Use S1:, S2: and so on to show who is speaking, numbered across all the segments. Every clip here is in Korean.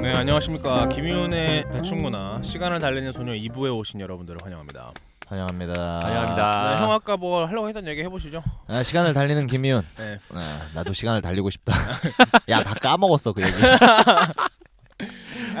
S1: 네, 안녕하십니까 김윤의 대충문화 시간을 달리는 소녀 2부에 오신 여러분들을 환영합니다.
S2: 환영합니다.
S3: 환영합니다.
S1: 네, 형 아까 뭐 하려고 했던 얘기 해보시죠.
S2: 아, 시간을 달리는 김이윤.
S1: 네.
S2: 아, 나도 시간을 달리고 싶다. 야, 다 까먹었어 그 얘기.
S1: 아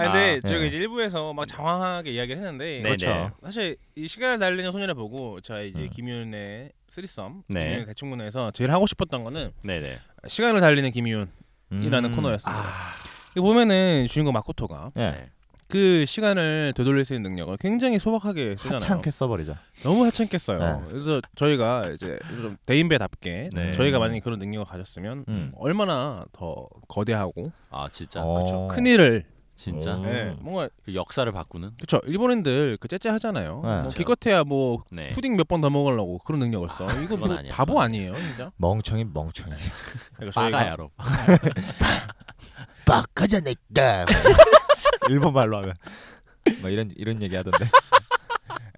S1: 근데
S2: 아,
S1: 저희가
S2: 네.
S1: 이제 1부에서 막 장황하게 이야기를 했는데 뭐
S3: 네,
S2: 그렇죠.
S1: 사실 이 시간을 달리는 소녀를 보고 제가 이제
S2: 음.
S1: 김윤의 쓰리썸
S3: 네.
S1: 김윤의 대충문화에서 제일 하고 싶었던 거는
S3: 네, 네.
S1: 시간을 달리는 김윤이라는
S2: 음.
S1: 코너였습니다.
S3: 아,
S1: 이거 보면은 주인공 마코토가
S2: 예.
S1: 그 시간을 되돌릴 수 있는 능력을 굉장히 소박하게 쓰잖아요.
S2: 하찮게 써버리죠.
S1: 너무 하찮겠어요.
S2: 네.
S1: 그래서 저희가 이제 좀 대인배답게
S3: 네.
S1: 저희가 만약에 그런 능력을 가졌으면
S2: 음.
S1: 얼마나 더 거대하고
S3: 아 진짜
S2: 어.
S3: 그쵸
S1: 큰 일을
S3: 진짜
S2: 오.
S1: 예, 뭔가
S3: 그 역사를 바꾸는
S1: 그쵸 일본인들 그 째째하잖아요.
S2: 네.
S1: 뭐 기껏해야 뭐
S3: 네
S1: 푸딩 몇 번 더 먹으려고 그런 능력을 써. 이거
S3: 그건
S1: 뭐
S3: 아니야.
S1: 바보 아니에요, 진짜.
S2: 멍청이 멍청이.
S1: 그러니까 저희가
S3: 빠가야로
S2: 빡하자니까. 일본 말로 하면. 뭐 이런 이런 얘기 하던데.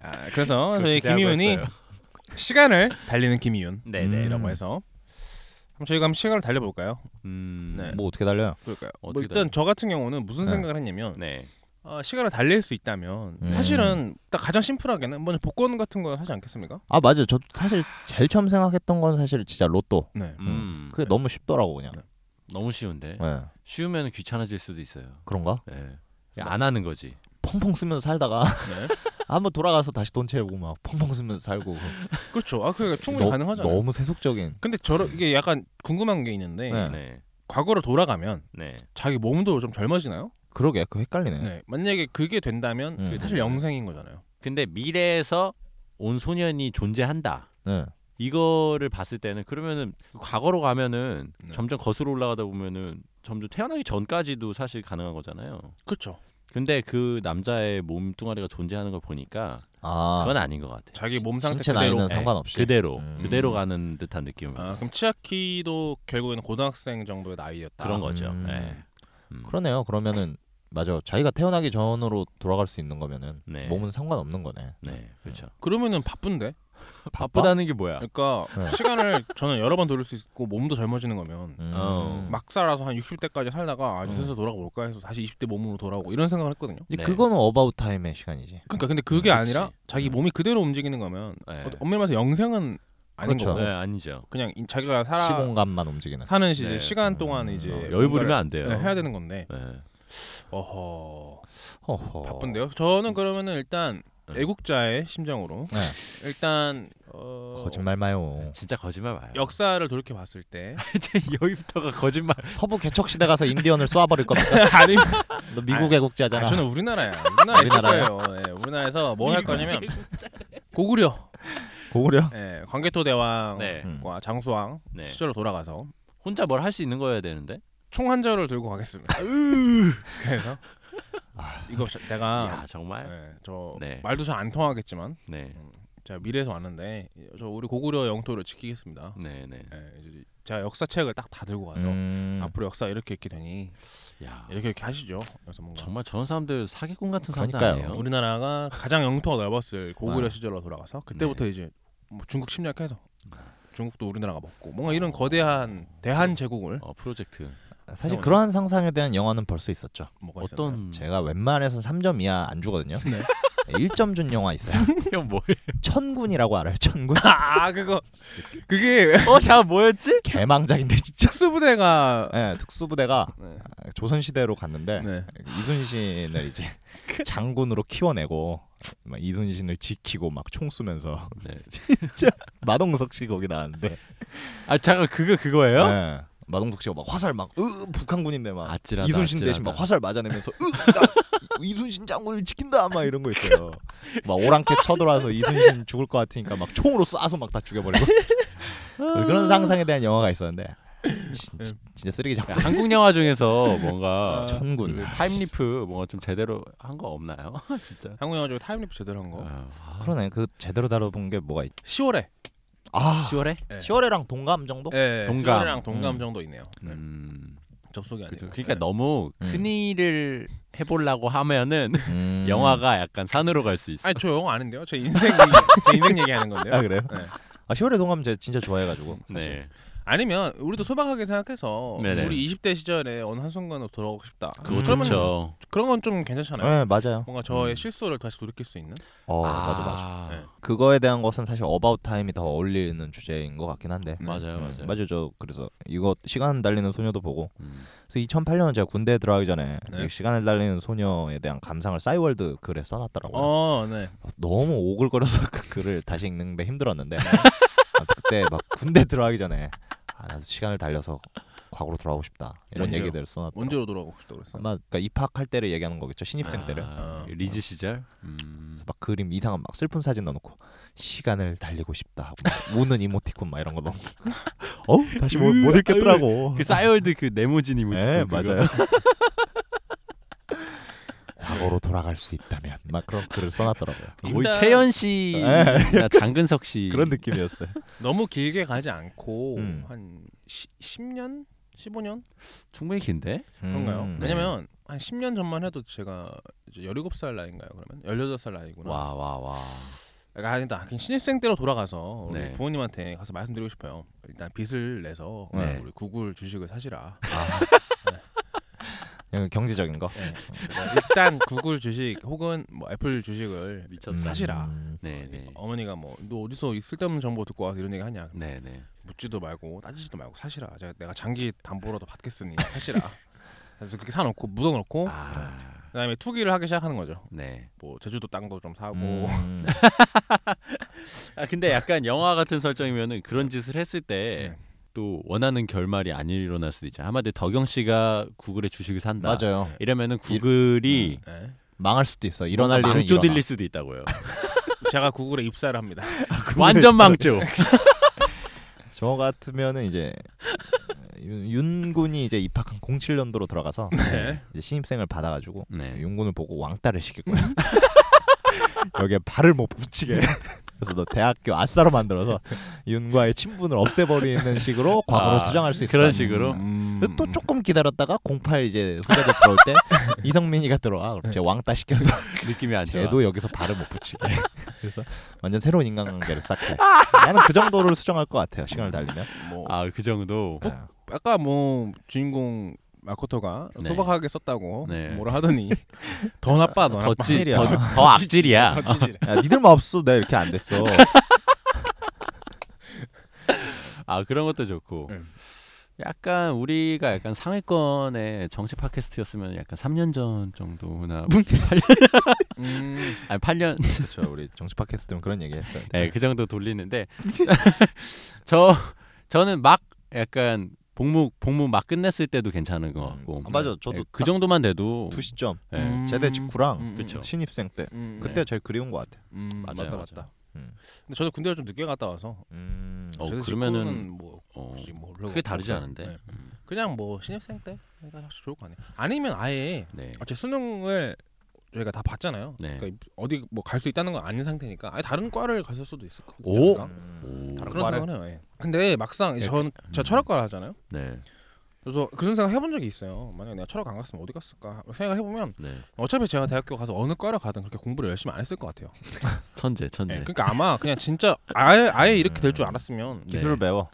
S1: 아, 그래서
S3: 그거
S1: 저희
S3: 기대하고
S1: 김이윤이
S3: 있어요.
S1: 시간을 달리는 김이윤이라고
S3: 네네
S2: 음.
S1: 해서 그럼 저희가 한번 시간을 달려볼까요?
S3: 음.
S1: 네.
S2: 뭐 어떻게 달려요?
S1: 그럴까요? 뭐
S3: 어떻게
S1: 일단
S3: 달려요?
S1: 저 같은 경우는 무슨
S2: 네.
S1: 생각을 했냐면
S3: 네.
S1: 아, 시간을 달릴 수 있다면
S2: 음.
S1: 사실은 딱 가장 심플하게는 먼저 복권 같은 거 하지 않겠습니까?
S2: 아 맞아. 저 사실 제일 처음 생각했던 건 사실 진짜 로또.
S1: 네.
S3: 음.
S2: 그게 너무 쉽더라고 그냥.
S3: 너무 쉬운데
S2: 예.
S3: 쉬우면 귀찮아질 수도 있어요.
S2: 그런가?
S3: 예. 안 하는 거지.
S2: 펑펑 쓰면서 살다가
S1: 네.
S2: 한번 돌아가서 다시 돈 채우고 막 펑펑 쓰면서 살고.
S1: 그렇죠. 아 그러니까 충분히
S2: 너-
S1: 가능하잖아요.
S2: 너무 세속적인.
S1: 근데 저러 이게 약간 궁금한 게 있는데
S2: 네.
S3: 네.
S1: 과거로 돌아가면
S3: 네.
S1: 자기 몸도 좀 젊어지나요?
S2: 그러게 그 헷갈리네.
S1: 네. 만약에 그게 된다면
S2: 음.
S1: 그게 사실 영생인 거잖아요.
S3: 근데 미래에서 온 소년이 존재한다.
S2: 네.
S3: 이거를 봤을 때는 그러면은 과거로 가면은
S1: 네.
S3: 점점 거슬러 올라가다 보면은 점점 태어나기 전까지도 사실 가능한 거잖아요.
S1: 그렇죠.
S3: 근데 그 남자의 몸뚱아리가 존재하는 걸 보니까
S2: 아.
S3: 그건 아닌 것 같아.
S1: 자기 몸 상태
S2: 신체
S1: 그대로.
S2: 나이는
S3: 네.
S2: 상관없이.
S3: 그대로
S2: 음.
S3: 그대로 가는 듯한 느낌.
S1: 아 그럼 치아키도 결국에는 고등학생 정도의 나이였다.
S3: 그런 거죠.
S2: 음.
S3: 네. 음.
S2: 그러네요. 그러면은 맞아. 자기가 태어나기 전으로 돌아갈 수 있는 거면은
S3: 네.
S2: 몸은 상관없는 거네.
S3: 네, 그렇죠.
S1: 그러면은 바쁜데.
S3: 바쁘다는 게 뭐야?
S1: 그러니까
S2: 네.
S1: 시간을 저는 여러 번 돌릴 수 있고 몸도 젊어지는 거면
S2: 음.
S3: 어,
S1: 막 살아서 한 60대까지 살다가 아, 이제
S2: 음.
S1: 슬슬 돌아볼까 해서 다시 20대 몸으로 돌아오고 이런 생각을 했거든요.
S2: 이제
S3: 네.
S2: 그거는 어바웃 타임의 시간이지.
S1: 그러니까 근데 그게
S3: 그치.
S1: 아니라 자기
S2: 음.
S1: 몸이 그대로 움직이는 거면
S3: 네.
S1: 어, 엄밀히 말해서 영생은 아닌
S2: 그렇죠.
S1: 거고
S3: 네, 아니죠.
S1: 그냥 이- 자기가 살아
S2: 시공간만 움직이는.
S1: 사는 시,
S3: 네.
S1: 시간 동안
S2: 음.
S1: 이제
S2: 어,
S3: 여유 부리면 안 돼요.
S1: 뭔가를, 네, 해야 되는 건데
S3: 네.
S1: 어허 음.
S2: 허허.
S1: 바쁜데요. 저는 그러면은 일단
S3: 네.
S1: 애국자의 심정으로
S2: 네.
S1: 일단 어,
S2: 거짓말 마요.
S3: 진짜 거짓말 마요.
S1: 역사를 돌이켜 봤을 때
S3: 이제 여기부터가 거짓말.
S2: 서부 개척 시대 가서 인디언을 쏴버릴 겁니까?
S1: 아니
S2: 너 미국 애국자잖아.
S1: 아, 저는 우리나라야. 우리나라 있을
S2: 우리나라야?
S1: 거예요. 예, 우리나라에서 뭘 할 거냐면 고구려,
S2: 고구려.
S1: 예, 광개토 대왕과
S3: 네.
S2: 음.
S1: 장수왕
S3: 네.
S1: 시절로 돌아가서
S3: 혼자 뭘 할 수 있는 거여야 되는데.
S1: 총 한 절을 들고 가겠습니다. 그래서 이거 저- 내가
S3: 아. 야, 정말.
S1: 예, 저
S3: 네.
S1: 말도 잘 안 통하겠지만
S3: 네.
S1: 제가 미래에서 왔는데 저 우리 고구려 영토를 지키겠습니다.
S3: 네, 네.
S1: 예, 이제 제가 역사책을 딱 다 들고 가서
S2: 음.
S1: 앞으로 역사 이렇게 이렇게 되니
S3: 야,
S1: 이렇게 이렇게 하시죠. 그래서 뭔가
S3: 정말 저런 사람들 사기꾼 같은 사람들
S2: 그러니까요.
S3: 아니에요?
S1: 우리나라가 가장 영토가 넓었을 고구려 시절로 돌아가서 그때부터
S3: 네. 아.
S1: 이제 뭐 중국 침략해서 중국도 우리나라가 먹고 뭔가 이런 거대한 대한 제국을
S3: 어, 프로젝트
S1: 아,
S2: 사실 그러한 상상에 대한 영화는 벌써 있었죠.
S1: 뭐가 있었나요?
S3: 어떤
S2: 제가 웬만해서 3점 이하 안 주거든요.
S1: 음. 네.
S2: 1점 준 영화 있어요.
S3: 형 뭐예요?
S2: 천군이라고 알아요? 천군?
S1: 아 그거 그게
S3: 어, 자 뭐였지?
S2: 개망작인데 진짜.
S1: 특수부대가
S2: 예, 특수부대가
S1: 네.
S2: 조선 시대로 갔는데
S1: 네.
S2: 이순신을 이제
S3: 그
S2: 장군으로 키워내고 막 이순신을 지키고 막 총 쏘면서
S3: 네.
S2: 마동석 씨 거기 나왔는데
S3: 아, 잠깐 그거 그거예요?
S2: 네. 마동석 씨가 막 화살 막 으, 북한군인데 막
S3: 아찔하다.
S2: 이순신 대신 뭐
S3: 아찔하다.
S2: 막 화살 맞아내면서 으, 나 이순신 장군을 지킨다 막 이런 거 있어요. 막 오랑캐
S3: 아,
S2: 쳐들어와서 이순신 죽을 것 같으니까 막 총으로 쏴서 막 다 죽여버리고 그런 상상에 대한 영화가 있었는데 아, 진,
S3: 네.
S2: 진, 진짜 쓰레기 작품.
S3: 한국 영화 중에서 뭔가 음. 그
S2: 천군.
S3: 타임리프 뭔가 좀 제대로 한 거 없나요? 진짜.
S1: 한국 영화 중에 타임리프 제대로 한 거.
S3: 아,
S2: 그러네 그 제대로 다뤄본 게 뭐가 있?
S1: 10월에.
S2: 아
S3: 10월에?
S1: 네.
S2: 10월에랑 어? 동감
S3: 네.
S2: 정도?
S1: 예,
S3: 동감.
S1: 10월이랑 동감
S2: 음.
S1: 정도 있네요. 네.
S3: 음.
S1: 접속이 네. 아니고.
S3: 그죠. 그러니까 너무
S2: 음.
S3: 큰 일을 해보려고 하면은
S2: 음.
S3: 영화가 약간 산으로 갈 수 있어.
S1: 아니 저 영화 아닌데요. 제 인생 얘기- 제 인생 얘기하는 건데요.
S2: 아 그래요?
S1: 네.
S2: 아 10월의 동감 제가 진짜 좋아해가지고 사실.
S3: 네.
S1: 아니면 우리도 소박하게 생각해서
S3: 네네.
S1: 우리 20대 시절에 어느 한순간으로 돌아가고 싶다.
S3: 그거
S1: 그러면
S3: 좋죠.
S1: 그런 건 좀 괜찮잖아요.
S2: 네, 맞아요.
S1: 뭔가 저의 실수를 다시 돌이킬 수 있는.
S2: 어,
S3: 아,
S2: 맞아 맞아.
S1: 네.
S2: 그거에 대한 것은 사실 어바웃 타임이 더 어울리는 주제인 것 같긴 한데.
S3: 네, 맞아요,
S2: 음,
S3: 맞아요.
S2: 맞아요. 저 그래서 이거 시간 달리는 소녀도 보고
S3: 음.
S2: 그래서 2008년 제가 군대 들어가기 전에
S1: 네.
S2: 이 시간을 달리는 소녀에 대한 감상을 싸이월드 글에 써놨더라고요.
S1: 어, 네.
S2: 너무 오글거려서 그 글을 다시 읽는데 힘들었는데 뭐 아무튼 그때 막 군대 들어가기 전에 아 나도 시간을 달려서 과거로 돌아가고 싶다 이런
S1: 언제요?
S2: 얘기들을 써놨더라고요.
S1: 언제로 돌아가고 싶다 그랬어.
S2: 아마 그러니까 입학할 때를 얘기하는 거겠죠 신입생 때를
S3: 아,
S1: 어.
S3: 리즈 시절. 음.
S2: 막 그림 이상한 막 슬픈 사진 넣어놓고 시간을 달리고 싶다 하고 막 우는 이모티콘 막 이런 거 넣고 어 다시 뭐, 못 읽겠더라고
S3: 그 싸이월드 그 네모진 이모티콘.
S2: 네
S3: 그거.
S2: 맞아요 과거로 돌아갈 수 있다면 막 그런 글을 써놨더라고요
S3: 거의
S1: 일단
S3: 채연 씨나 장근석 씨
S2: 그런 느낌이었어요
S1: 너무 길게 가지 않고
S2: 음.
S1: 한 시, 10년, 15년
S3: 충분히 긴데.
S1: 그런가요?
S2: 음, 네.
S1: 왜냐면 한 10년 전만 해도 제가 이제 17살 나이인가요? 그러면 18살 나이구나.
S3: 와 와 와.
S1: 그러니까 일단 그냥 신입생 때로 돌아가서 우리
S3: 네.
S1: 부모님한테 가서 말씀드리고 싶어요. 일단 빚을 내서
S3: 네. 아.
S1: 우리 구글 주식을 사시라.
S2: 그냥 경제적인 거
S1: 네. 그래서 일단 구글 주식 혹은 뭐 애플 주식을
S2: 음,
S3: 미쳤다.
S1: 사실아.
S2: 음,
S3: 네네.
S1: 어머니가 뭐 너 어디서 이 쓸데없는 정보 듣고 와서 이런 얘기 하냐 그럼
S3: 네네.
S1: 묻지도 말고 따지지도 말고 사시라 제가 내가 장기 담보라도 받겠으니 사시라 그래서 그렇게 사놓고 묻어놓고
S3: 아.
S1: 그다음에 투기를 하기 시작하는 거죠
S3: 네.
S1: 뭐 제주도 땅도 좀 사고
S2: 음,
S3: 아 근데 약간 영화 같은 설정이면은 그런 짓을 했을 때
S1: 네.
S3: 또 원하는 결말이 안 일어날 수도 있잖아. 한마디 덕영 씨가 구글에 주식을 산다.
S2: 맞아요
S3: 이러면은 구글이
S1: 네.
S2: 망할 수도 있어 일어날 일은
S3: 망조
S2: 일어나
S3: 들릴 수도 있다고요.
S1: 제가 구글에 입사를 합니다
S3: 완전 망조.
S2: 저 같으면은 이제 윤, 윤군이 이제 입학한 07년도로 돌아가서
S1: 네.
S2: 이제 신입생을 받아가지고
S3: 네.
S2: 윤군을 보고 왕따를 시킬 거야. 여기에 발을 못 붙이게. 그래서 너 대학교 아싸로 만들어서 윤과의 친분을 없애버리는 식으로 과거로
S3: 아,
S2: 수정할 수 있을 거
S3: 그런
S2: 아니야.
S3: 식으로?
S1: 음,
S2: 그래서 또
S1: 음.
S2: 조금 기다렸다가 08 이제 후배들 들어올 때 이성민이가 들어와 그럼
S3: 네.
S2: 제 왕따 시켜서
S3: 느낌이 안 좋아.
S2: 쟤도 여기서 발을 못 붙이게 그래서 완전 새로운 인간관계를 쌓게 나는 그 정도를 수정할 것 같아요 시간을 달리면
S1: 뭐
S3: 아 그 정도.
S2: 네.
S1: 아까 뭐 주인공 마코토가
S3: 네.
S1: 소박하게 썼다고
S3: 네.
S1: 뭐라 하더니 더 나빠 더 나빠
S3: 더지
S2: 빡빡이야.
S3: 더, 더 악질이야.
S1: 더 찌질해.
S2: 야 니들만 없어 내가 이렇게 안 됐어
S3: 아 그런 것도 좋고
S1: 네.
S3: 약간 우리가 약간 상위권의 정치 팟캐스트였으면 약간 3년 전 정도나
S1: 음,
S3: 아니 8년
S2: 그렇죠 우리 정치 팟캐스트는 그런 얘기 했어요
S3: 네, 그 정도 돌리는데 저 저는 막 약간 복무 복무 막 끝냈을 때도 괜찮은 것 같고
S2: 아, 맞아 저도
S3: 네, 그 정도만 돼도
S2: 두 시점
S3: 예,
S1: 음,
S2: 제대 직후랑
S1: 음, 음,
S3: 그쵸.
S2: 신입생 때
S1: 음, 음.
S2: 그때 제일 그리운 것 같아요.
S1: 음,
S3: 네. 맞아요,
S1: 맞다
S3: 맞아요.
S1: 맞다.
S2: 음.
S1: 근데 저도 군대를 좀 늦게 갔다 와서
S3: 어,
S1: 제대
S3: 그러면은-
S1: 직후는 뭐
S3: 어,
S1: 굳이 뭐 올라가고
S3: 크게 다르지
S1: 그런-
S3: 않은데 음.
S1: 네. 그냥 뭐 신입생 때 그러니까 훨씬 좋을 거 아니에요. 아니면 아예
S3: 네.
S1: 어째 수능을 저희가 다 봤잖아요.
S3: 네.
S1: 그러니까 어디 뭐 갈 수 있다는 건 아닌 상태니까 아예 다른 과를 갔을 수도 있을 거
S3: 오!
S1: 같아요.
S2: 다른
S3: 오,
S1: 그런
S2: 과를?
S1: 생각을 해요. 예. 근데 막상
S3: 예,
S1: 전 제가 철학과를 하잖아요.
S3: 네.
S1: 그래서 그런 생각 해본 적이 있어요. 만약 내가 철학 안 갔으면 어디 갔을까 생각을 해보면
S3: 네.
S1: 어차피 제가 대학교 가서 어느 과를 가든 그렇게 공부를 열심히 안 했을 것 같아요.
S3: 천재
S1: 예,
S3: 천재.
S1: 그러니까 아마 그냥 진짜 아예 아예 이렇게 될 줄 알았으면
S2: 기술을 배워.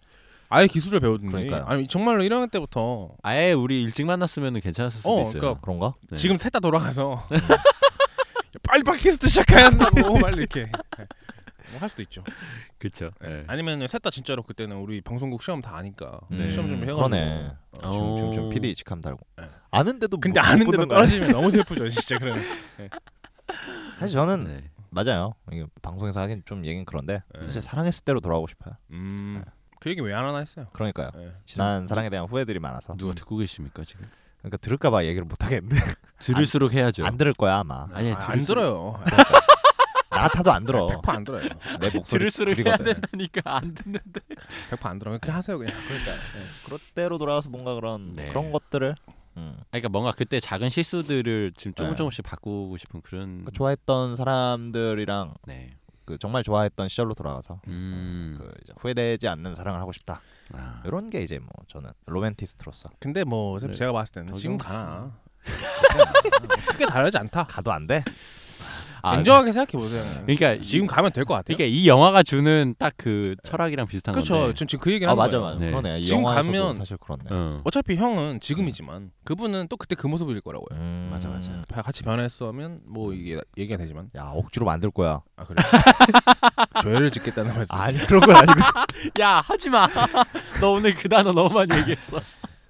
S1: 아예 기술을 배우든지
S2: 그러니까요.
S1: 아니 정말로 1학년 때부터
S3: 아예 우리 일찍 만났으면 괜찮았을 수도
S1: 어,
S3: 있어요.
S1: 그러니까
S2: 그런가?
S3: 네.
S1: 지금 셋 다 돌아가서 빨리 팟캐스트 시작해야 한다고 빨리 이렇게 예. 뭐 할 수도 있죠.
S3: 그쵸. 네.
S1: 아니면 셋 다 진짜로 그때는 우리 방송국 시험 다 아니까
S3: 네.
S1: 시험 준비 해가지고
S2: 음. 그러네.
S1: 어.
S2: 지금 지금
S3: 어.
S2: 지금 PD 직함 달고.
S1: 네.
S2: 아는데도 뭐
S1: 근데
S2: 못
S1: 아는
S2: 보는
S1: 대로
S2: 거야.
S1: 떨어지면 너무 슬프죠 진짜 그러면.
S2: 사실 저는
S3: 네.
S2: 맞아요. 이게 방송에서 하긴 좀 얘긴 그런데
S1: 네.
S2: 사실 사랑했을 때로 돌아가고 싶어요.
S1: 음, 그 얘기 왜 안 하나 했어요.
S2: 그러니까요.
S1: 예.
S2: 지난 사랑에 대한 후회들이 많아서.
S3: 누가 듣고 계십니까 지금?
S2: 그러니까 들을까봐 얘기를 못 하겠는데
S3: 들을수록 해야죠.
S2: 안 들을 거야 아마.
S3: 아니,
S1: 아, 안
S3: 들을 수-
S1: 들어요.
S2: 나 타도 안 들어.
S1: 100%안 들어요.
S2: 내 목소리
S3: 해야
S2: 줄이거든.
S3: 된다니까 안 듣는데.
S1: 100%안 들어요. 그냥 하세요 그냥. 그러니까.
S2: 그때로 돌아가서 뭔가 그런
S3: 네.
S2: 그런 것들을 음.
S3: 그러니까 뭔가 그때 작은 실수들을 지금 조금
S2: 네.
S3: 조금씩 바꾸고 싶은 그런.
S2: 그러니까 좋아했던 사람들이랑
S3: 네.
S2: 그 정말 좋아했던 시절로 돌아가서
S3: 음.
S2: 그 이제 후회되지 않는 사랑을 하고 싶다.
S3: 아.
S2: 이런 게 이제 뭐 저는 로맨티스트로서
S1: 근데 뭐 어차피
S3: 네.
S1: 제가 봤을 때는
S3: 더
S1: 지금
S3: 정신.
S1: 가나. 크게 다르지 않다.
S2: 가도 안 돼.
S3: 아,
S1: 냉정하게 생각해 보세요. 그냥.
S3: 그러니까
S1: 지금 가면 될 것 같아요.
S3: 그러니까 이 영화가 주는 딱 그 철학이랑 비슷한
S1: 그렇죠.
S3: 건데.
S1: 지금 지금 그 얘기를
S2: 아
S1: 하는
S2: 맞아
S1: 거예요.
S2: 맞아
S3: 네.
S2: 그러네 이
S1: 지금
S2: 영화에서도
S1: 가면-
S2: 사실 그렇네
S3: 어.
S1: 어차피 형은 지금이지만 그분은 또 그때 그 모습일 거라고요.
S2: 음.
S3: 맞아, 맞아.
S1: 다 같이 변했으면 뭐 이게 얘기가 되지만
S2: 야 억지로 만들 거야
S1: 아 그래 죄를 짓겠다는 말씀
S2: 아니 그런 건 아니고
S3: 야 하지 마. 너 오늘 그 단어 너무 많이 얘기했어.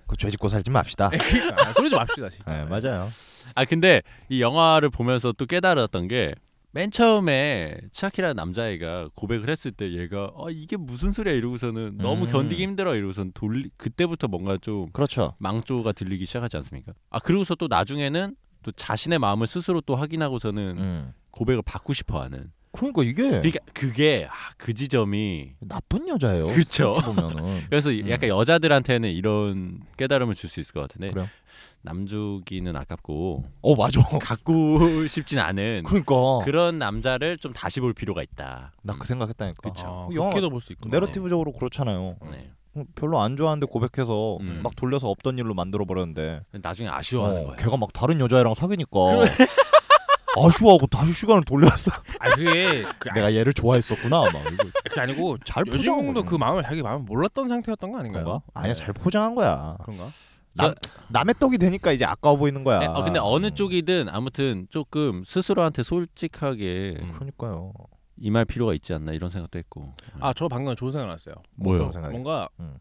S2: 그 죄짓고 살지 맙시다
S1: 네, 그러니까 아, 그러지 맙시다 진짜
S2: 네 맞아요
S3: 아 근데 이 영화를 보면서 또 깨달았던 게 맨 처음에 치아키라는 남자애가 고백을 했을 때 얘가 아 이게 무슨 소리야 이러고서는 너무
S2: 음.
S3: 견디기 힘들어 이러고선 돌리 그때부터 뭔가 좀
S2: 그렇죠
S3: 망조가 들리기 시작하지 않습니까? 아 그리고서 또 나중에는 또 자신의 마음을 스스로 또 확인하고서는
S2: 음.
S3: 고백을 받고 싶어하는
S2: 그러니까 이게
S3: 그러니까 그게 아, 그 지점이
S2: 나쁜 여자예요
S3: 그쵸.
S2: 어떻게 보면은
S3: 그래서
S2: 음.
S3: 약간 여자들한테는 이런 깨달음을 줄 수 있을 것 같은데
S2: 그래요?
S3: 남주기는 아깝고
S2: 어 맞아
S3: 갖고 싶진 않은
S2: 그러니까
S3: 그런 남자를 좀 다시 볼 필요가 있다.
S2: 나 그 생각했다니까
S3: 그쵸.
S1: 아,
S2: 그 영화
S1: 그렇게도 볼 수 있구나
S2: 내러티브적으로 그렇잖아요 어,
S3: 음. 네.
S2: 별로 안 좋아하는데 고백해서
S3: 음.
S2: 막 돌려서 없던 일로 만들어 버렸는데
S3: 나중에 아쉬워하는
S2: 어,
S3: 거예요.
S2: 걔가 막 다른 여자애랑 사귀니까 아쉬워하고 다시 시간을 돌려서
S1: 아니 그게 그, 아니,
S2: 내가 얘를 좋아했었구나 막 이거
S1: 그게 아니고
S2: 잘 포장한
S1: 여주인공도
S2: 거지.
S1: 그 마음을 자기 마음을 몰랐던 상태였던 거 아닌가요?
S2: 그런가? 아니야
S1: 네.
S2: 잘 포장한 거야
S1: 그런가?
S2: 남의 떡이 되니까 이제 아까워 보이는 거야
S3: 네, 어, 근데 어느
S2: 음,
S3: 쪽이든 아무튼 조금 스스로한테 솔직하게
S1: 음.
S2: 그러니까요
S3: 임할 필요가 있지 않나 이런 생각도 했고.
S1: 아 저 방금 좋은 생각 났어요
S3: 뭐요?
S2: 어떤 생각이?
S1: 뭔가
S2: 음.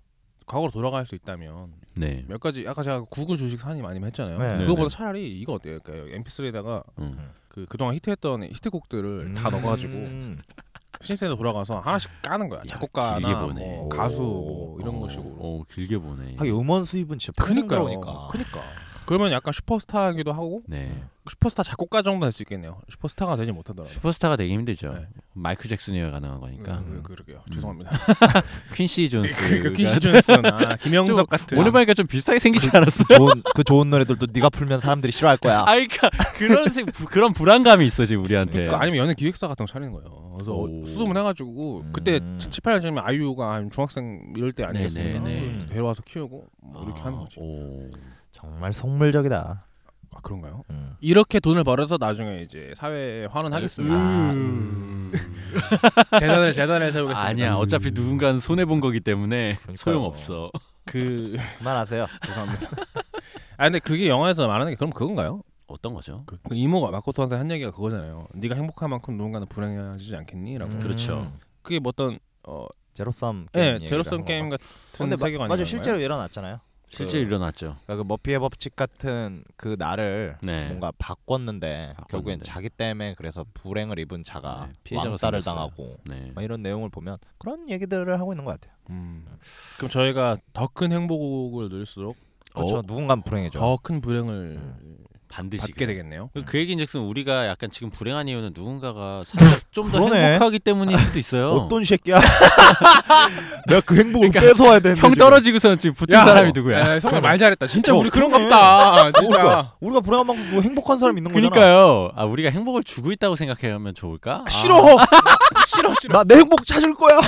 S1: 과거로 돌아갈 수 있다면
S3: 네.
S1: 몇 가지 아까 제가 구글 주식 사니 많이 했잖아요
S2: 네.
S3: 네,
S1: 그거보다
S3: 네.
S1: 차라리 이거 어때요? 그러니까 MP3에다가
S3: 음.
S1: 그 그동안 히트했던 히트곡들을 다 넣어가지고
S2: 음.
S1: 신입생도 돌아가서 하나씩 까는 거야
S3: 야, 길게
S1: 작곡가나
S3: 보네.
S1: 뭐 가수 뭐 이런
S3: 어,
S1: 것이고
S3: 어, 길게 보네.
S2: 하긴 음원 수입은 진짜
S1: 그니까요.
S2: 그러니까
S1: 그니까. 그러면 약간 슈퍼스타이기도 하고
S3: 네.
S1: 슈퍼스타 작곡가 정도 될 수 있겠네요. 슈퍼스타가 되지 못하더라고요.
S3: 슈퍼스타가 되기 힘들죠.
S1: 네.
S3: 마이클 잭슨이어야 가능한 거니까. 음.
S1: 그, 그, 그러게요. 죄송합니다.
S3: 퀸시 존스.
S1: 그러니까 퀸시 존스나 김영석 같은
S3: 오늘 보니까 좀 비슷하게 생기지 않았어?
S2: 좋은 그 좋은 노래들도 네가 풀면 사람들이 싫어할 거야
S3: 아, 그러니까 그런 생, 부, 그런 불안감이 있어 지금 우리한테.
S1: 그러니까 아니면 연예 기획사 같은 거 차리는 거예요. 그래서
S3: 오.
S1: 수습을 해가지고
S2: 음.
S1: 그때 7, 8년 전이면 아이유가 한 중학생 이럴 때 아니겠습니까?
S3: 네네네.
S1: 음. 데려와서 키우고 뭐 이렇게 하는 거지.
S3: 아, 오.
S2: 정말 속물적이다
S1: 아 그런가요?
S2: 음.
S1: 이렇게 돈을 벌어서 나중에 이제 사회에 환원하겠습니다.
S2: 아,
S3: 음.
S1: 재단을 재단을 세우겠습니다.
S3: 아니야 어차피 누군가는 손해 본 거기 때문에
S2: 그러니까요.
S3: 소용 없어.
S1: 그
S2: 아, 그만하세요
S1: 죄송합니다. 아 근데 그게 영화에서 말하는 게 그럼 그건가요?
S3: 어떤 거죠?
S1: 그, 그 이모가 마코토한테 한 얘기가 그거잖아요. 네가 행복한 만큼 누군가는 불행해지지 않겠니라고.
S2: 음.
S3: 그렇죠. 네,
S1: 그게 뭐 어떤 어,
S2: 제로섬 게임
S1: 예,
S2: 얘기를 한
S1: 제로섬
S2: 건가?
S1: 게임 같은
S2: 근데 마-
S1: 세계관이
S2: 맞아 실제로 일어났잖아요
S3: 실제 로 일어났죠.
S2: 그러니까 그 머피의 법칙 같은 그 날을
S3: 네.
S2: 뭔가 바꿨는데,
S3: 바꿨는데.
S2: 결국엔 자기 때문에 그래서 불행을 입은 자가
S3: 네, 피해자가
S2: 왕따를
S3: 생겼어요.
S2: 당하고
S3: 네.
S2: 막 이런 내용을 보면 그런 얘기들을 하고 있는 것 같아요.
S1: 음. 그럼 저희가 더 큰 행복을 누릴수록
S2: 그렇죠.
S3: 어,
S2: 누군간 불행해져.
S1: 더 큰 불행을
S2: 음,
S3: 반드시
S1: 받게 되겠네요.
S3: 그- 그 얘기인즉슨 우리가 약간 지금 불행한 이유는 누군가가 살짝 좀 더
S2: 그러네.
S3: 행복하기 때문일 수도 있어요.
S2: 어떤 새끼야? 내가 그 행복을
S3: 그러니까
S2: 뺏어와야 되는데.
S3: 형
S2: 지금.
S3: 떨어지고서는 지금 붙은 사람이 누구야?
S1: 야, 성아 말 잘했다. 진짜
S2: 어,
S1: 우리 그런
S2: 그러네.
S1: 겁다. 진짜.
S2: 그러니까 우리가 불행한 만큼 누구 행복한 사람 있는 거잖아.
S3: 그러니까요. 아 우리가 행복을 주고 있다고 생각하면 좋을까? 아,
S1: 싫어. 싫어 싫어.
S2: 나내 행복 찾을 거야.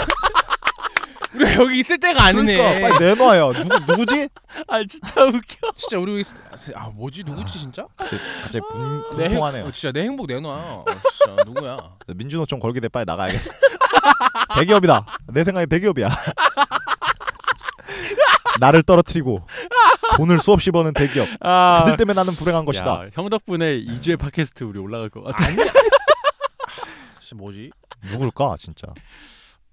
S1: 우리 여기 있을 때가 아니네.
S2: 그러니까 빨리 내놔요. 누구 누구지?
S3: 아 진짜 웃겨.
S1: 진짜 우리 여기 있을 때- 아 뭐지 누구지 진짜?
S2: 갑자기, 갑자기 분,
S1: 아. 내 행-
S2: 아, 분통하네요.
S1: 어, 진짜 내 행복 내놔. 어, 진짜 누구야?
S2: 민주노총 걸게 돼 빨리 나가야겠어. 대기업이다. 내 생각에 대기업이야. 나를 떨어뜨리고 돈을 수없이 버는 대기업.
S3: 아.
S2: 그들 때문에 나는 불행한 것이다.
S3: 야, 형 덕분에 2주의 팟캐스트 우리 올라갈 것 네. 같아.
S1: 아니야. 씨 뭐지?
S2: 누굴까 진짜.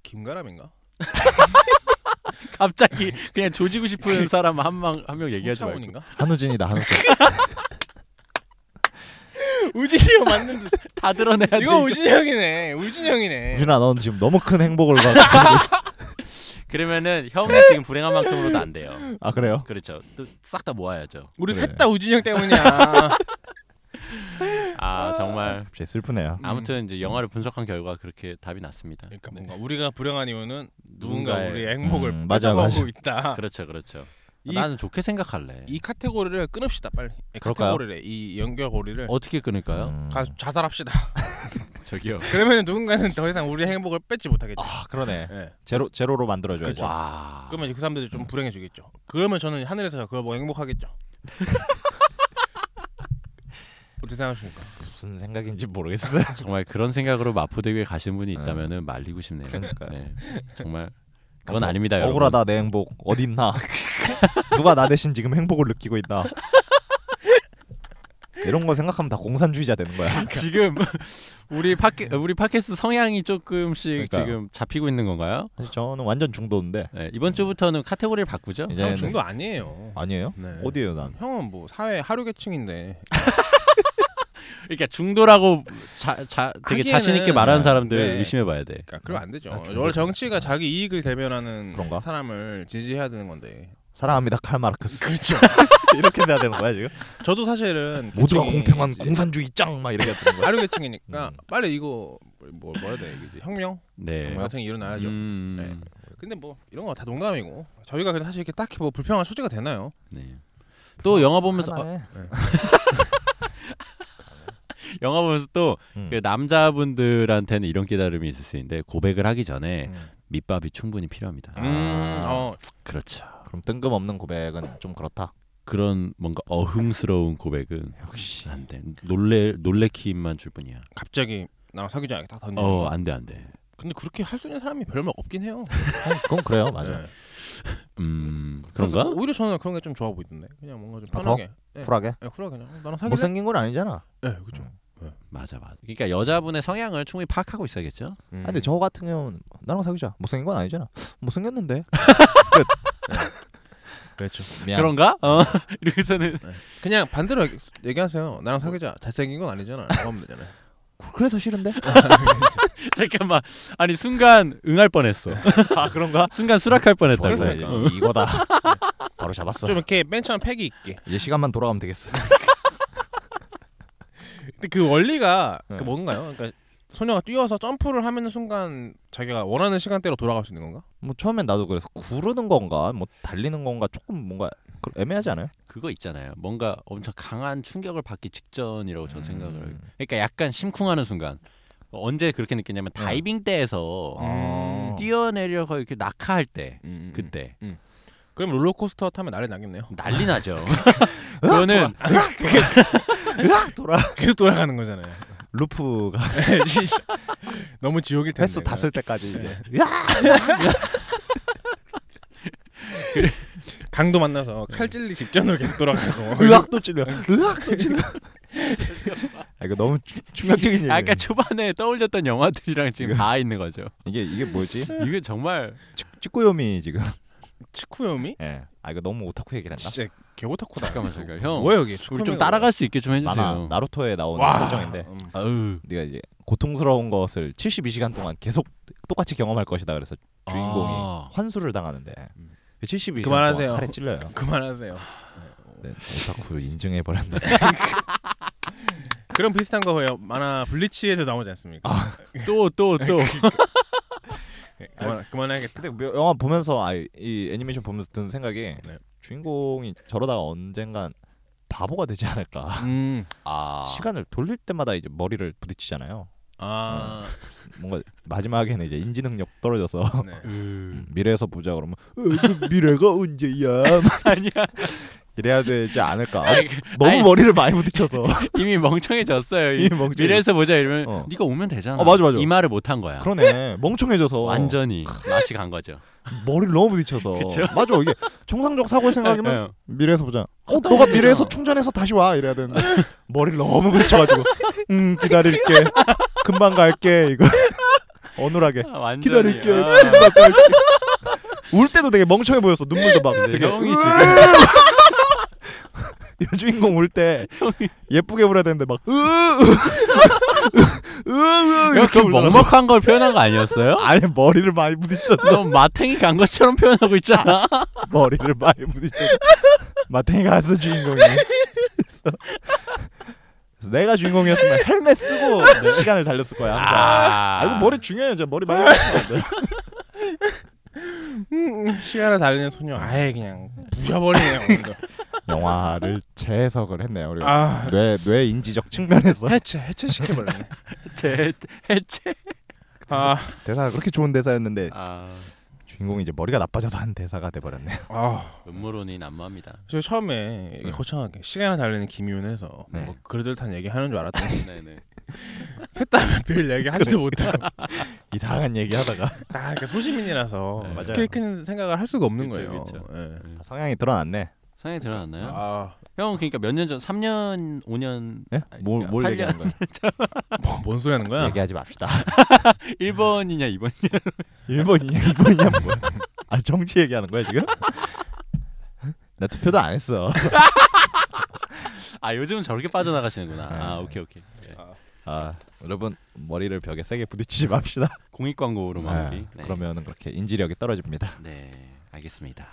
S1: 김가람인가?
S3: 갑자기 그냥 조지고 싶은 사람 한명한명 얘기하지 말고.
S1: 홍차원인가?
S2: 한우진이다 한우진.
S1: 우진이 형 맞는데
S3: 다 드러내야 돼.
S1: 이거 우진이 형이네. 우진이 형이네.
S2: 우진아 넌 지금 너무 큰 행복을 가지고 있어.
S3: 그러면은 형이 지금 불행한 만큼으로도 안 돼요.
S2: 아 그래요?
S3: 그렇죠. 싹 다 모아야죠.
S1: 우리
S2: 그래.
S1: 셋 다 우진이 형 때문이야.
S3: 아 정말.
S2: 갑자기 슬프네요.
S3: 아무튼 이제 영화를 분석한 결과 그렇게 답이 났습니다.
S1: 그러니까 뭔가 우리가 불행한 이유는 누군가
S3: 예, 누군가의-
S1: 우리의 행복을
S2: 음, 맞아,
S1: 뺏어가고 있다.
S3: 그렇죠, 그렇죠.
S1: 이-
S3: 나는 좋게 생각할래.
S1: 이 카테고리를 끊읍시다 빨리. 이
S2: 그럴까요?
S1: 카테고리를 이 연결고리를
S3: 어떻게 끊을까요?
S2: 음.
S1: 가 자살합시다.
S3: 저기요.
S1: 그러면 누군가는 더 이상 우리의 행복을 뺏지 못하겠죠.
S2: 아 그러네.
S1: 예.
S2: 제로 제로로 만들어줘야죠.
S3: 와.
S1: 그러면 그 사람들이 좀 불행해지겠죠. 그러면 저는 하늘에서 그걸 보고 행복하겠죠. 어떻게 생각하십니까?
S2: 무슨 생각인지 모르겠어요.
S3: 정말 그런 생각으로 마포대교에 가신 분이 있다면은 말리고 싶네요.
S2: 그러니까요.
S3: 네, 정말 그건 아닙니다, 여러분.
S2: 뭐 억울하다 내 행복 어딨나? 누가 나 대신 지금 행복을 느끼고 있나? 이런 거 생각하면 다 공산주의자 되는 거야.
S3: 그러니까. 지금 우리 팟캐 우리 팟캐스트 성향이 조금씩
S2: 그러니까요.
S3: 지금 잡히고 있는 건가요?
S2: 사실 저는 완전 중도인데
S3: 네, 이번 주부터는 카테고리를 바꾸죠.
S2: 이제
S1: 형 중도 아니에요.
S2: 네, 아니에요?
S1: 네.
S2: 어디에요 난?
S1: 형은 뭐 사회 하류 계층인데
S3: 그러니까 중도라고 자, 자 되게
S1: 하기에는-
S3: 자신 있게 말하는 사람들
S1: 네.
S3: 의심해 봐야 돼.
S1: 그러니까 그러면 안 되죠.
S2: 아, 중도.
S1: 원래 정치가 자기 이익을 대변하는
S2: 그런가?
S1: 사람을 지지해야 되는 건데.
S2: 사랑합니다 칼 마르크스
S1: 그렇죠.
S2: 이렇게 돼야 되는 거야 지금?
S1: 저도 사실은
S2: 모두가
S1: 계층이
S2: 공평한
S1: 이제
S2: 공산주의 짱 막 이렇게 되는 거야.
S1: 하류 계층이니까
S2: 음. 예.
S1: 빨리 이거 뭐 뭐라 해야 돼 이게 이제 혁명
S3: 네.
S1: 같은 게 일어나야죠.
S3: 음,
S1: 네. 근데 뭐 이런 거 다 농담이고 저희가 그래도 사실 이렇게 딱히 뭐 불평할 소지가 되나요?
S3: 네. 또 영화 보면서 아,
S2: 하나에.
S3: 영화 보면서 또
S2: 음.
S3: 그 남자분들한테는 이런 깨달음이 있을 수 있는데 고백을 하기 전에
S2: 음.
S3: 밑밥이 충분히 필요합니다.
S2: 아.
S1: 음, 어,
S3: 그렇죠.
S2: 그럼 뜬금없는 고백은 좀 그렇다.
S3: 그런 뭔가 어흥스러운 고백은
S2: 역시
S3: 안 돼. 놀래 놀래킴만 줄 뿐이야.
S1: 갑자기 나 사귀자 이렇게 딱 던져.
S3: 어,
S2: 아.
S3: 안 돼, 안 돼.
S1: 근데 그렇게 할 수 있는 사람이 별로 없긴 해요.
S2: 그건 그래요 맞아.
S1: 네.
S3: 음,
S1: 그래서
S3: 그런가?
S1: 오히려 저는 그런 게 좀 좋아 보이던데. 그냥 뭔가 좀
S2: 아, 더?
S1: 편하게. 네.
S2: 쿨하게
S1: 예, 쿨하게 그냥 어, 나랑 사귀자.
S2: 못생긴 음. 건 아니잖아.
S1: 예, 그렇죠.
S3: 맞아, 맞아. 그러니까 여자분의 성향을 충분히 파악하고 있어야겠죠.
S1: 음.
S2: 아, 근데 저 같은 경우는 나랑 사귀자 못생긴 건 아니잖아. 못생겼는데
S1: 그렇죠.
S2: 미안.
S3: 그런가? 어. 이러고서는
S1: 그냥 반대로 얘기- 얘기하세요. 나랑 사귀자. 잘생긴 건 아니잖아. 그러면 되잖아요.
S2: 어. 그래서 싫은데?
S3: 잠깐만. 아니, 순간 응할 뻔했어.
S2: 아 그런가? 음,
S3: 순간 수락할 뻔했다.
S2: 좋았어
S1: 그러니까.
S2: 이제 예, 이거다. 예, 바로 잡았어.
S1: 좀 이렇게 맨 처음 패기 있게.
S2: 이제 시간만 돌아가면 되겠어.
S1: 근데 그 원리가
S2: 네.
S1: 그 뭔가요? 그러니까 소녀가 뛰어서 점프를 하는 순간 자기가 원하는 시간대로 돌아갈 수 있는 건가?
S2: 뭐 처음엔 나도 그래서 구르는 건가, 뭐 달리는 건가 조금 뭔가 그- 애매하지 않아요?
S3: 그거 있잖아요. 뭔가 엄청 강한 충격을 받기 직전이라고 전 생각을. 해요.
S2: 음.
S3: 그러니까 약간 심쿵하는 순간. 언제 그렇게 느꼈냐면
S2: 어.
S3: 다이빙 때에서
S2: 아.
S3: 뛰어내려서 이렇게 낙하할 때.
S1: 음, 음.
S3: 그때
S1: 그럼 롤러코스터 타면 날이 나겠네요.
S3: 난리 나죠.
S2: 어,
S3: 아, 그거는
S2: 으악 돌아.
S1: 계속 돌아가는 거잖아요.
S2: 루프가
S1: 진짜. 너무 지옥일 텐데.
S2: 횟수 다 쓸 때까지 이제. 으악!
S1: 강도 만나서
S3: 네.
S1: 칼 찔리 직전으로 계속 돌아가고. 그
S2: 으악도 찔려. 으악도 찔려. 그 아 이거 너무 충- 충격적인 얘기.
S3: 아까 초반에 떠올렸던 영화들이랑 지금 다 있는 거죠.
S2: 이게 이게 뭐지?
S3: 이거 정말
S2: 직- 직구요미 지금.
S1: 치쿠요미?
S2: 예. 아 이거 너무 오타쿠 얘기를 했나?
S1: 진짜 개오타쿠다.
S3: 잠깐만 잠깐 형.
S1: 뭐야 여기?
S3: 우리
S1: 치쿠요미가
S3: 좀 따라갈 수 있게 좀 해주세요. 음.
S2: 만화 나루토에 나오는
S1: 와.
S2: 설정인데
S1: 음.
S3: 아유.
S2: 네가 이제 고통스러운 것을 72시간 동안 계속 똑같이 경험할 것이다 그래서 주인공이
S3: 아.
S2: 환수를 당하는데
S1: 음.
S2: 72시간
S1: 그만하세요.
S2: 동안 칼에 찔려요.
S1: 뭐. 그만하세요.
S2: 네, 오타쿠를 인증해 버렸네.
S1: 그런 비슷한 거 해요. 만화 블리치에서 나오지 않습니까?
S3: 아, 또 또 또.
S1: 네, 그만 그만해야겠다.
S2: 근데
S3: 뭐
S2: 묘- 영화 보면서 아, 이 애니메이션 보면서 드는 생각이
S1: 네.
S2: 주인공이 저러다가 언젠간 바보가 되지 않을까.
S1: 음.
S3: 아.
S2: 시간을 돌릴 때마다 이제 머리를 부딪히잖아요.
S1: 아.
S2: 뭔가 마지막에는 이제 인지 능력 떨어져서
S1: 네.
S3: 으.
S2: 음, 미래에서 보자 그러면 어, 그 미래가 언제야? 막
S3: 아니야.
S2: 이래야 되지 않을까? 아,
S3: 아니, 그-
S2: 너무
S3: 아니,
S2: 머리를 많이 부딪혀서
S3: 이미 멍청해졌어요.
S2: 이 멍청이.
S3: 미래에서 보자 이러면
S2: 어.
S3: 네가 오면 되잖아.
S2: 어, 맞아, 어. 맞아.
S3: 이 말을 못 한 거야.
S2: 그러네 멍청해져서
S3: 완전히 맛이 간 거죠.
S2: 머리를 너무 부딪혀서
S3: 그쵸?
S2: 맞아 이게 정상적 사고의 생각이면
S3: 예.
S2: 미래에서 보자. 어 너가 미래에서 충전해서 다시 와 이래야 되는데 머리를 너무 부딪혀가지고 음 기다릴게 금방 갈게 이거 어눌하게
S3: 아, 완전히.
S2: 기다릴게
S3: 아.
S2: 금방 갈게 울 때도 되게 멍청해 보였어 눈물도 막 되게
S3: 형이 지금
S2: 여주인공 울 때 예쁘게 울어야 되는데 막 으으으으
S3: 이렇게 먹먹한 걸 표현한 거 아니었어요?
S2: 아예 머리를 많이 부딪혔어
S3: 너무 마탱이 간 것처럼 표현하고 있잖아.
S2: 머리를 많이 부딪혔어 마탱이 가서 주인공이 그래서 그래서 내가 주인공이었으면 헬멧 쓰고 시간을 달렸을 거야 항상
S3: 아.
S2: 아 이거 머리 중요해요 저 머리 많이 부딪혔는데
S1: 음, 시야를 달리는 소녀 아예 그냥 부셔버리네요. 오늘도.
S2: 영화를 재해석을 했네요 우리 가
S1: 아
S2: 뇌, 뇌 인지적 측면에서
S1: 해체 해체 시켜버렸네.
S3: 제 해체.
S1: 아
S2: 대사가 그렇게 좋은 대사였는데
S3: 아.
S2: 주인공이 이제 머리가 나빠져서 한 대사가 돼버렸네요.
S1: 아,
S3: 음모론이 난무합니다.
S1: 저 처음에
S3: 네.
S1: 이게 거창하게 시간을 달리는 김이훈에서
S2: 네.
S1: 뭐 그럴듯한 얘기하는 줄 알았더니
S3: 네네.
S1: 별 얘기 하지도 못하고
S2: 이상한 얘기하다가
S1: 딱 그러니까 소시민이라서
S3: 네, 맞아요.
S1: 스케일 큰 생각을 할 수가 없는
S3: 그쵸,
S1: 거예요.
S3: 그쵸.
S1: 예.
S2: 성향이 드러났네.
S3: 상에 들어갔나요?
S1: 아,
S3: 네. 형은 그러니까 몇 년 전, 3년, 5년,
S2: 예? 뭘, 뭘
S3: 팔년.
S2: 얘기하는 거야?
S1: 뭐, 뭔 소리 하는 거야?
S2: 얘기하지 맙시다.
S3: 1번이냐 2번?
S2: 일본이냐 일본이냐 뭐야? 아 정치 얘기하는 거야 지금? 나 투표도 안 했어.
S3: 아 요즘은 저렇게 빠져나가시는구나. 아
S2: 네.
S3: 오케이 오케이. 예.
S2: 아 여러분 머리를 벽에 세게 부딪히지 맙시다. 아,
S3: 공익 광고로 마무리. 네.
S2: 그러면 그렇게 인지력이 떨어집니다.
S3: 네 알겠습니다.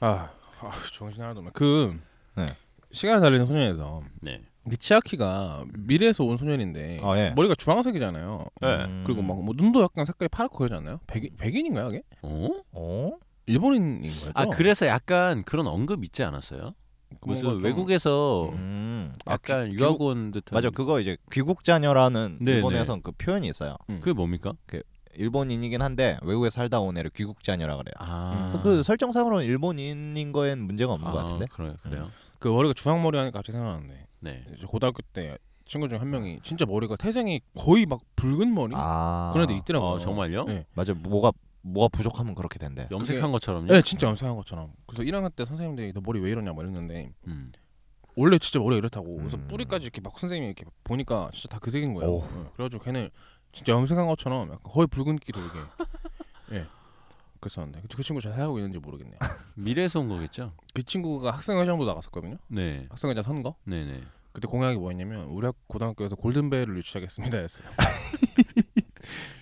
S1: 아, 아 정신 하나도 없네. 그
S2: 네.
S1: 시간을 달리는 소년에서
S3: 네.
S1: 근데 치아키가 미래에서 온 소년인데
S2: 어, 예.
S1: 머리가 주황색이잖아요.
S3: 음. 아, 네.
S2: 음.
S1: 그리고 막뭐 눈도 약간 색깔이 파랗고 그러지 않나요? 백인 백인인가요, 그게?
S3: 어?
S2: 어?
S1: 일본인인 거죠? 그
S3: 아 그래서 약간 그런 언급 있지 않았어요?
S1: 뭔가
S3: 무슨
S1: 좀-
S3: 외국에서
S2: 음. 아,
S3: 약간
S2: 귀- 귀국-
S3: 유학온 듯한.
S2: 맞아 그거 이제 귀국 자녀라는
S3: 네,
S2: 일본에선 그 표현이 있어요.
S3: 그게 뭡니까?
S2: 일본인이긴 한데 외국에 살다 온 애를 귀국 자녀라 그래요.
S3: 아.
S1: 음.
S2: 그 설정상으로는 일본인인 거엔 문제가 없는 것 같은데.
S3: 그래요, 그래요.
S1: 그 머리가 주황 머리 하니까 갑자기 생각났네.
S3: 네.
S1: 이제 고등학교 때 친구 중 한
S3: 아.
S1: 명이 진짜 머리가 태생이 거의 막 붉은 머리
S2: 아
S1: 그런 애들 있더라고요.
S3: 어, 정말요?
S1: 네.
S2: 맞아 뭐가 뭐가 부족하면 그렇게 된대.
S3: 염색한 것처럼요.
S1: 네, 진짜 연상한 것처럼. 그래서 1학년 때 선생님들이 너 머리 왜 이러냐 막 이랬는데
S3: 음.
S1: 원래 진짜 머리가 이렇다고. 그래서
S2: 음.
S1: 뿌리까지 이렇게 막 선생님이 이렇게 보니까 진짜 다 그 색인 거예요.
S2: 어우.
S1: 예, 그래가지고 걔는 진짜 염색한 것처럼 약간 거의 붉은기로 이게. 예. 그랬었는데 그 친구 잘 살고 있는지 모르겠네요.
S3: 미래에서 온 거겠죠?
S1: 그 친구가 학생회장도 나갔었거든요.
S3: 네.
S1: 학생회장 선거.
S3: 네, 네.
S1: 그때 공약이 뭐였냐면 우리 학- 고등학교에서 골든벨을 유치하겠습니다였어요.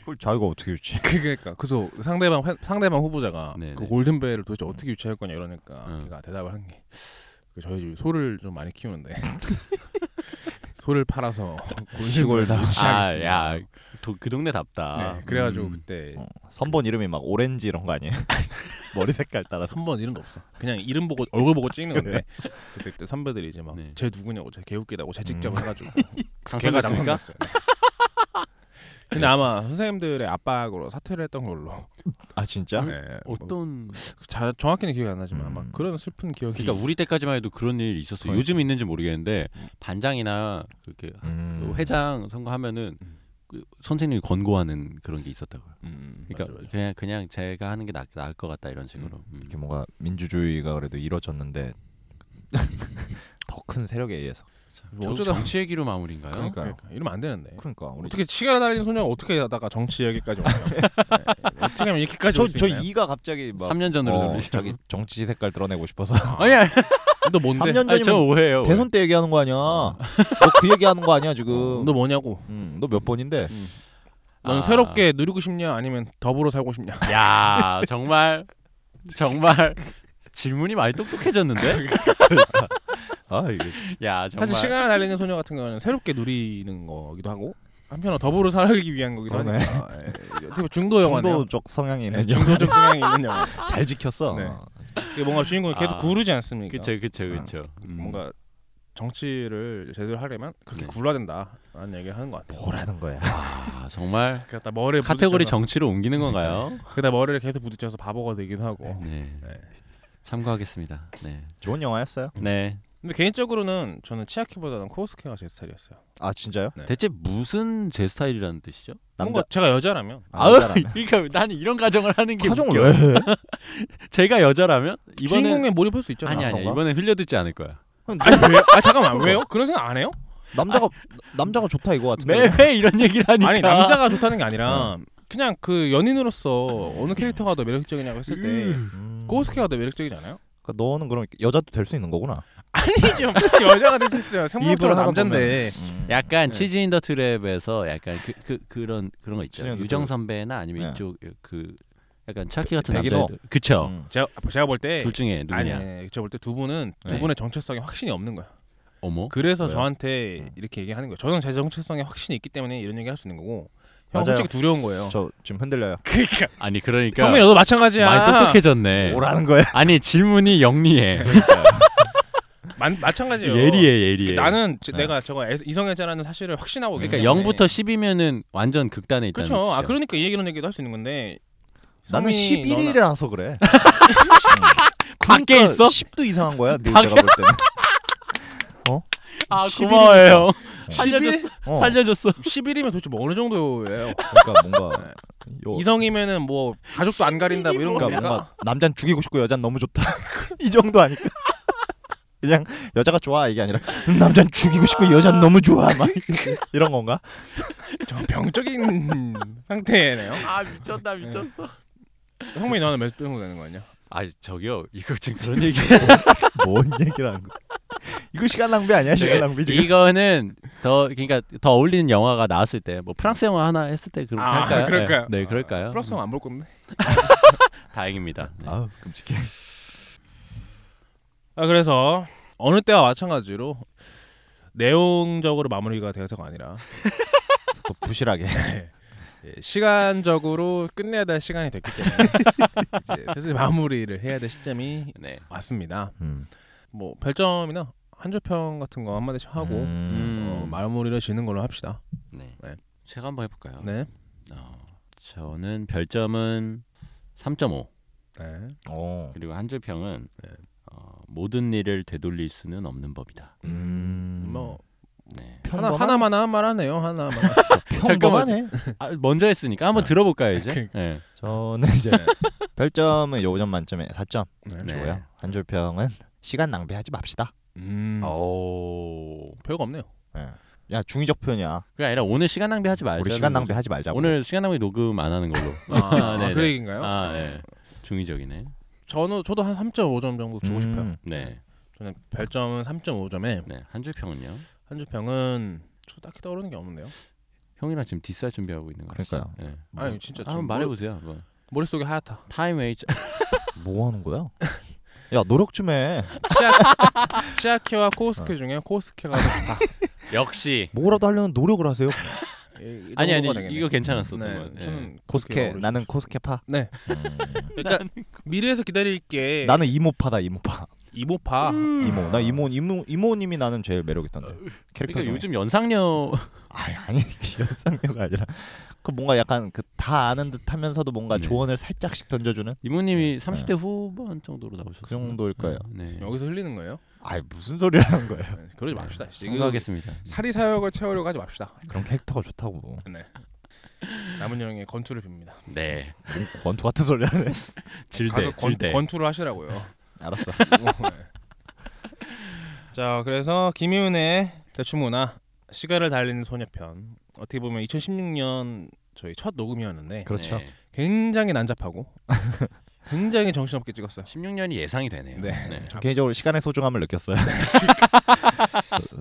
S2: 그걸 자기가 어떻게 유치?
S1: 그러니까 그래서 상대방 회- 상대방 후보자가
S3: 네네.
S1: 그 골든벨을 도대체 어떻게 유치할 거냐 이러니까
S3: 음.
S1: 걔가 대답을 한 게그 저희 집 소를 좀 많이 키우는데 소를 팔아서 골든벨을
S2: 시골다.
S3: 아,
S1: 유치하겠습니다.
S3: 야, 도, 그 동네 답다.
S1: 네, 그래가지고
S2: 음.
S1: 그때
S2: 어, 선본 이름이 막 오렌지 이런 거 아니에요? 머리 색깔 따라서.
S1: 3번 이런 거 없어. 그냥 이름 보고 얼굴 보고 찍는 건데 그때, 그때 선배들이 이제 막
S3: 네.
S1: 쟤 누구냐고 쟤 개웃기다고 제 직접
S2: 음.
S1: 해가지고 걔가
S3: 당선됐습니까?
S1: 당선됐어요. 네. 근데 아마 선생님들의 압박으로 사퇴를 했던 걸로.
S2: 아 진짜?
S1: 네, 뭐
S3: 어떤
S1: 자, 정확히는 기억이 안 나지만 아마
S2: 음.
S1: 그런 슬픈 기억이
S3: 그러니까 우리 때까지만 해도 그런 일이 있었어요.
S1: 그러니까.
S3: 요즘 있는지 모르겠는데 반장이나 그렇게
S2: 음.
S3: 회장 선거하면은 그 선생님이 권고하는 그런 게 있었다고요.
S1: 음,
S3: 그러니까
S1: 맞아, 맞아.
S3: 그냥 그냥 제가 하는 게 나, 나을 것 같다 이런 식으로. 음.
S2: 이렇게 뭔가 민주주의가 그래도 이루어졌는데 더 큰 세력에 의해서.
S1: 뭐
S3: 결국
S1: 어쩌다
S3: 정치 얘기로 마무리인가요?
S2: 그러니까요.
S1: 그러니까 이러면 안 되는데
S2: 그러니까 우리
S1: 어떻게 시간을 달리는 소녀가 어떻게 하다가 정치 이야기까지 오나요? 네, 어떻게 하면 이렇게까지 올 수
S2: 저저
S1: 있나요?
S2: 이가 갑자기 막
S3: 3년 전으로
S2: 어,
S3: 돌리죠.
S2: 자기 정치 색깔 드러내고 싶어서
S3: 아니 아니,
S1: 너 뭔데?
S2: 3년
S3: 아니 저
S2: 전이면
S3: 오해예요. 오해.
S2: 대선 때 얘기하는 거 아니야? 너 그 얘기하는 거 아니야 지금?
S1: 어, 너 뭐냐고?
S2: 음, 너몇 번인데?
S1: 넌
S3: 아.
S1: 새롭게 누리고 싶냐 아니면 더불어 살고 싶냐?
S3: 야 정말 정말 질문이 많이 똑똑해졌는데?
S2: 아 이게
S3: 야 정말.
S1: 사실 시간을 달리는 소녀 같은 경우는 새롭게 누리는 거기도 하고 한편으로 더불어 살기 위한 거기도
S2: 그러네.
S1: 하니까 예, 어떻게 보면
S2: 그
S1: 중도 영화네요.
S2: 중도적 성향이
S1: 네,
S2: 있는
S1: 중도적 성향이 있는 영화.
S2: 잘 지켰어.
S1: 네. 이게 뭔가 주인공이 계속
S3: 아.
S1: 구르지 않습니까?
S3: 그쵸 그쵸 그쵸. 음.
S1: 그러니까. 뭔가 정치를 제대로 하려면 그렇게
S3: 네.
S1: 굴러야 된다라는 얘기를 하는 것 같아요.
S2: 뭐라는 거야?
S3: 아 정말
S1: 그러다 머리를
S3: 카테고리
S1: 부딪혀서-
S3: 정치로 옮기는 건가요?
S1: 그다 머리를 계속 부딪혀서 바보가 되기도 하고.
S3: 네.
S1: 네.
S3: 참고하겠습니다. 네.
S2: 좋은 영화였어요.
S3: 네.
S1: 근데 개인적으로는 저는 치아키보다는 코스케가 제 스타일이었어요.
S2: 아 진짜요?
S1: 네.
S3: 대체 무슨 제 스타일이라는 뜻이죠?
S1: 뭔가 제가 여자라면
S2: 아, 남자라면.
S3: 그러니까 나는 이런 가정을 하는 게
S2: 파종을
S3: 웃겨.
S2: 왜? 해?
S3: 제가 여자라면 이번에
S1: 주인공에 몰입할 수 있잖아.
S3: 아니 아니
S2: 그런가?
S3: 이번에 흘려듣지 않을 거야.
S1: 아니 왜요? 아 잠깐만 왜요? 그런 생각 안 해요?
S2: 남자가 남자가 좋다 이거 같은데.
S3: 매회 이런 얘기를 하니까
S1: 아니 남자가 좋다는 게 아니라 그냥 그 연인으로서 어느 캐릭터가 더 매력적이냐고 했을 때
S2: 음.
S1: 코스케가 더 매력적이지 않아요?
S2: 그러니까 너는 그럼 여자도 될 수 있는 거구나.
S1: 아니죠. 무슨 여자가 될 수 있어요. 생물학적으로
S2: 입을 하다
S1: 남잔데.
S2: 음.
S3: 약간
S1: 네.
S3: 치즈 인더 트랩에서 약간 그, 그 그런 그런 거
S2: 치즈
S3: 있죠.
S2: 인더
S3: 유정
S2: 트랩.
S3: 선배나 아니면
S2: 네.
S3: 이쪽 그 약간 차키 같은
S2: 백인어.
S3: 남자 그쵸.
S2: 음.
S1: 제가 제가 볼 때
S3: 둘 중에
S1: 네. 아니
S3: 누구냐?
S1: 아니 제가 볼 때 두 분은 두
S3: 네.
S1: 분의 정체성에 확신이 없는 거야.
S3: 어머.
S1: 그래서
S2: 왜요?
S1: 저한테
S2: 음.
S1: 이렇게 얘기하는 거예요. 저는 제 정체성에 확신이 있기 때문에 이런 얘기 할 수 있는 거고 형
S2: 맞아요.
S1: 솔직히 두려운 거예요.
S2: 저 지금 흔들려요.
S1: 그러니까
S3: 아니 그러니까
S1: 성민 너도 마찬가지야.
S3: 많이 똑똑해졌네.
S2: 뭐라는 거야?
S3: 아니 질문이 영리해.
S1: 마, 마찬가지예요. 그
S3: 예리해 예리해.
S1: 나는 제-
S2: 네.
S1: 내가 저거 애- 이성애자라는 사실을 확신하고 있기
S3: 그러니까
S1: 때문에.
S3: 0부터 10이면은 완전 극단에 있다는
S1: 그렇죠. 아
S3: 뜻이죠.
S1: 그러니까 이 얘기는 얘기도 할 수 있는 건데
S2: 네, 나는
S1: 성민이
S2: 11일이라서 그래.
S3: 밖에 있어?
S2: 10도 이상한 거야. 네,
S3: 밖에-
S2: 내가 볼 때는.
S3: 아
S2: 11일
S3: 고마워요. 살려줬어.
S1: 살려줬어.
S2: 어.
S3: 살려줬어.
S1: 11이면 도대체 뭐 어느 정도예요?
S2: 그러니까 뭔가 요,
S1: 이성이면은 뭐 가족도 안 가린다 뭐 이런
S2: 그러니까
S1: 겁니까?
S2: 뭔가 남잔 죽이고 싶고 여잔 너무 좋다. 이 정도 아닐까? 그냥 여자가 좋아 이게 아니라 남잔 죽이고 싶고 여잔 너무 좋아 막 이런 건가?
S1: 좀 병적인 상태네요.
S3: 아 미쳤다 미쳤어.
S1: 성민이 너는 몇 정도 되는 거 아니야?
S3: 아 저기요 이거 지금 그런 얘기.
S2: 뭔 얘기를 하는 거야? 이거 시간 낭비 아니야? 시간 낭비 지금.
S3: 네. 이거는 더 그러니까 더 어울리는 영화가 나왔을 때 뭐 프랑스 영화 하나 했을 때 그렇게
S1: 아,
S3: 할까요?
S1: 그럴까요?
S3: 네, 네, 그럴까요?
S1: 플러스 안볼 건데.
S3: 다행입니다. 네.
S2: 아우 끔찍해.
S1: 아 그래서 어느 때와 마찬가지로 내용적으로 마무리가 되어서가 아니라
S2: 또 부실하게.
S1: 예, 시간적으로 끝내야 될 시간이 됐기 때문에 이제 슬슬 마무리를 해야 될 시점이
S3: 네.
S1: 왔습니다.
S2: 음.
S1: 뭐 별점이나 한줄평 같은 거 한마디씩 하고
S2: 음.
S3: 음,
S1: 어, 마무리를 지는 걸로 합시다.
S3: 네.
S1: 네.
S3: 제가 한번 해볼까요?
S1: 네.
S3: 어, 저는 별점은 3.5
S1: 네.
S2: 어.
S3: 그리고 한줄평은
S1: 네.
S3: 어, 모든 일을 되돌릴 수는 없는 법이다.
S2: 음.
S1: 뭐
S3: 네.
S1: 하나
S2: 평범한-
S1: 하나만 한 말 하네요. 하나만.
S2: 평범하네.
S3: 아, 먼저 했으니까 한번
S1: 네.
S3: 들어볼까요 이제?
S1: 그러니까.
S3: 네.
S2: 저는 이제 별점은 5점 만점에 4점
S1: 네.
S3: 네.
S2: 주고요. 한줄평은 시간 낭비하지 맙시다.
S1: 음.
S3: 오.
S1: 별거 없네요.
S2: 예. 야 중의적 표현이야.
S3: 그게 아니라 오늘 시간 낭비하지 말자.
S2: 우리 시간 낭비하지 말자고.
S3: 오늘 시간 낭비 녹음 안 하는 걸로.
S1: 아,
S3: 네네.
S1: 그 얘기인가요?
S3: 아, 네. 중의적이네.
S1: 저는 저도 한 3.5점 정도 주고
S2: 음.
S1: 싶어요.
S3: 네.
S1: 저는 별점은 3.5점에
S3: 네. 한줄평은요.
S1: 한주평은 저 딱히 떠오르는 게 없는데요.
S3: 형이랑 지금 디스 준비하고 있는 거
S2: 그러니까요.
S3: 같아요. 네.
S1: 아니 진짜 지금
S3: 한번
S1: 머리,
S3: 말해보세요. 한번.
S1: 머릿속에 하얗다.
S3: 타임 웨이트.
S2: 뭐 하는 거야? 야 노력 좀 해.
S1: 치아키와 코스케 중에 코스케가 더 좋다.
S3: 역시.
S2: 뭐라도 하려면 노력을 하세요.
S1: 이- 이
S3: 아니 아니
S1: 정도가 되겠네.
S3: 이거 괜찮았어.
S1: 네,
S3: 네. 네.
S1: 저는
S2: 코스케
S1: 어르신.
S2: 나는 코스케 파.
S1: 네.
S2: 음.
S1: 그러니까 미래에서 기다릴 게
S3: 예.
S2: 나는 이모파다 이모파.
S1: 이모파.
S2: 이모 나 이모 이모 이모님이 나는 제일 매력 있던데 캐릭터
S3: 음. 그러니까
S2: 중에.
S3: 요즘 연상녀
S2: 아니 아니 연상녀가 아니라 그 뭔가 약간 그 다 아는 듯하면서도 뭔가
S3: 네.
S2: 조언을 살짝씩 던져주는
S3: 이모님이 30대 후반 정도로 나오셨어요.
S2: 네. 그 정도일 거예요.
S3: 네.
S1: 여기서 흘리는 거예요?
S2: 아이 무슨 소리를 하는 거예요?
S1: 네, 그러지 맙시다. 지금
S3: 생각하겠습니다.
S1: 사리 사욕을 채우려고 하지 맙시다.
S2: 그런 캐릭터가 좋다고
S1: 남은 형의 권투를 빕니다.
S3: 네.
S2: 음, 권투 같은 소리 하네.
S1: 가서
S3: 질대
S1: 권,
S3: 질대.
S1: 권투를 하시라고요. 네.
S2: 알았어.
S1: 자 그래서 김희훈의 대추문화 시간을 달리는 소녀편 어떻게 보면 2016년 저희 첫 녹음이었는데
S2: 그렇죠.
S3: 네.
S1: 굉장히 난잡하고 굉장히 정신없게 찍었어요.
S3: 16년이 예상이 되네요.
S1: 네.
S2: 저 개인적으로 시간의 소중함을 느꼈어요.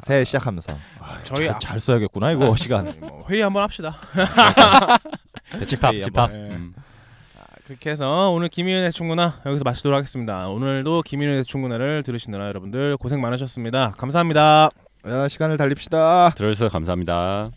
S2: 새해 시작하면서 아,
S1: 저희
S2: 잘,
S1: 앞-
S2: 잘 써야겠구나 이거 시간.
S1: 뭐 회의 한번 합시다.
S3: 네, 집합
S2: 예,
S3: 집합.
S1: 뭐, 예.
S3: 음.
S1: 그렇게 해서 오늘 김희윤의 충구나 여기서 마치도록 하겠습니다. 오늘도 김희윤의 충구나를 들으시느라 여러분들 고생 많으셨습니다. 감사합니다.
S2: 야, 뭐. 아, 시간을 달립시다.
S3: 들어주셔서 감사합니다.